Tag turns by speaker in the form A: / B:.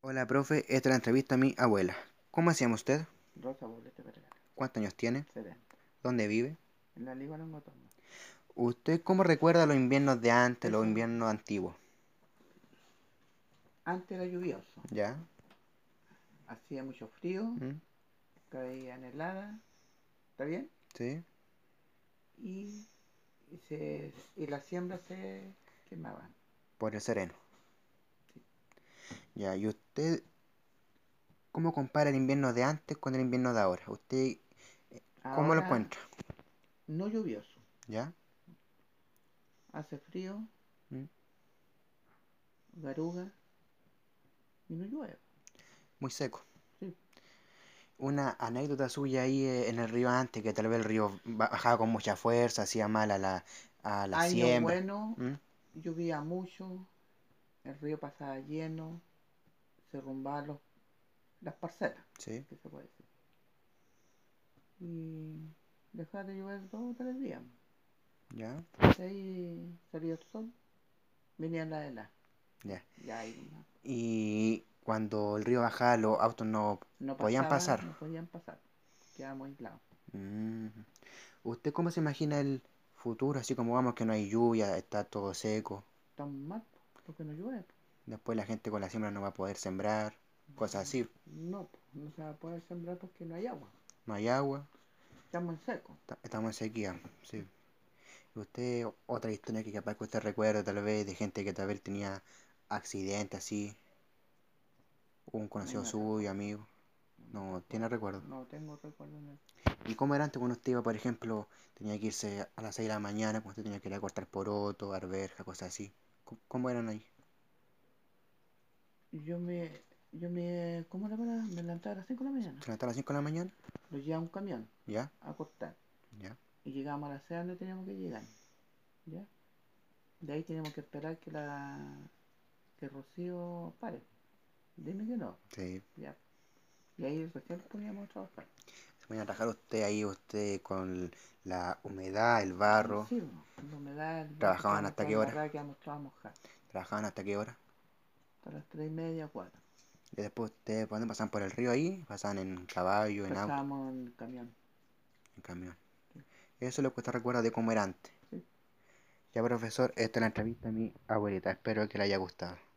A: Hola, profe. Esta es la entrevista a mi abuela. ¿Cómo se llama usted?
B: Rosa Poblete Vergara,
A: ¿Cuántos años tiene?
B: 70.
A: ¿Dónde vive?
B: En la Liga Longotongo.
A: ¿Usted cómo recuerda los inviernos de antes, los inviernos antiguos?
B: Antes era lluvioso,
A: ¿Ya?
B: hacía mucho frío,
A: ¿Mm?
B: caían heladas, ¿está bien?
A: ¿Sí?
B: Y, y se, y las siembras se quemaban.
A: Por el sereno. Ya, ¿y usted cómo compara el invierno de antes con el invierno de ahora? ¿Usted cómo
B: Ahora,
A: lo encuentra?
B: No lluvioso,
A: ¿Ya?
B: hace frío,
A: ¿Mm?
B: garuga y no llueve.
A: Muy seco.
B: Sí.
A: Una anécdota suya ahí eh, en el río antes, que tal vez el río ba- bajaba con mucha fuerza, hacía mal a la, a la
B: Año
A: siembra.
B: bueno,
A: ¿Mm?
B: llovía mucho, el río pasaba lleno, se rumbaban los- las parcelas,
A: ¿Sí?
B: que se puede decir. Y dejaba de llover dos o tres días.
A: ¿Ya?
B: De ahí salió el sol, venía la hela.
A: Ya.
B: Ya ahí no,
A: Y cuando el río bajaba, los autos no
B: no
A: Podían
B: pasaba,
A: pasar.
B: No podían pasar. Quedábamos aislados.
A: Mm. ¿Usted cómo se imagina el futuro? Así como vamos, que no hay lluvia, está todo seco.
B: Tan mal, po, porque no llueve. po.
A: Después la gente con la siembra no va a poder sembrar. Cosas Pues así.
B: No, po, no se va a poder sembrar porque no hay agua.
A: No hay agua.
B: Estamos en seco.
A: ta- Estamos en sequía. Sí. ¿Y usted, otra historia que capaz que usted recuerda tal vez de gente que tal vez tenía accidente así? Un conocido
B: me
A: suyo, amigo.
B: me
A: No, tiene
B: recuerdo.
A: recuerdo.
B: No tengo recuerdo en el-
A: ¿Y cómo era antes cuando usted iba, por ejemplo, tenía que irse a las 6 de la mañana, cuando usted tenía que ir a cortar poroto, arberja, cosas así? ¿Cómo, cómo eran ahí?
B: Yo me, yo me, ¿cómo la palabra? Me levantaba a las 5 de la mañana.
A: ¿Se levantaba a las 5 de la mañana?
B: Lo llevaba un camión
A: ¿Ya?
B: a cortar.
A: ¿Ya?
B: Y llegábamos a las 6 donde teníamos que llegar. ¿Ya? De ahí teníamos que esperar que la que Rocío pare. Dime que no.
A: Sí.
B: Ya. Y ahí recién poníamos a trabajar.
A: Se ponía a trabajar usted ahí, usted con la humedad, el barro.
B: Sí, pues, la humedad. el-
A: ¿Trabajaban
B: estábamos
A: hasta qué
B: toda
A: hora?
B: embarrada, quedamos todas mojadas.
A: ¿Trabajaban hasta qué hora?
B: Hasta las 3 y media, 4.
A: Y después ustedes, ¿por dónde pasaban por el río ahí? Pasaban en caballo, en auto,
B: Pasábamos en camión.
A: en camión. Eso es lo que usted recuerda de cómo era antes.
B: Sí.
A: Ya, profesor, esta es la entrevista a mi abuelita. Espero que le haya gustado.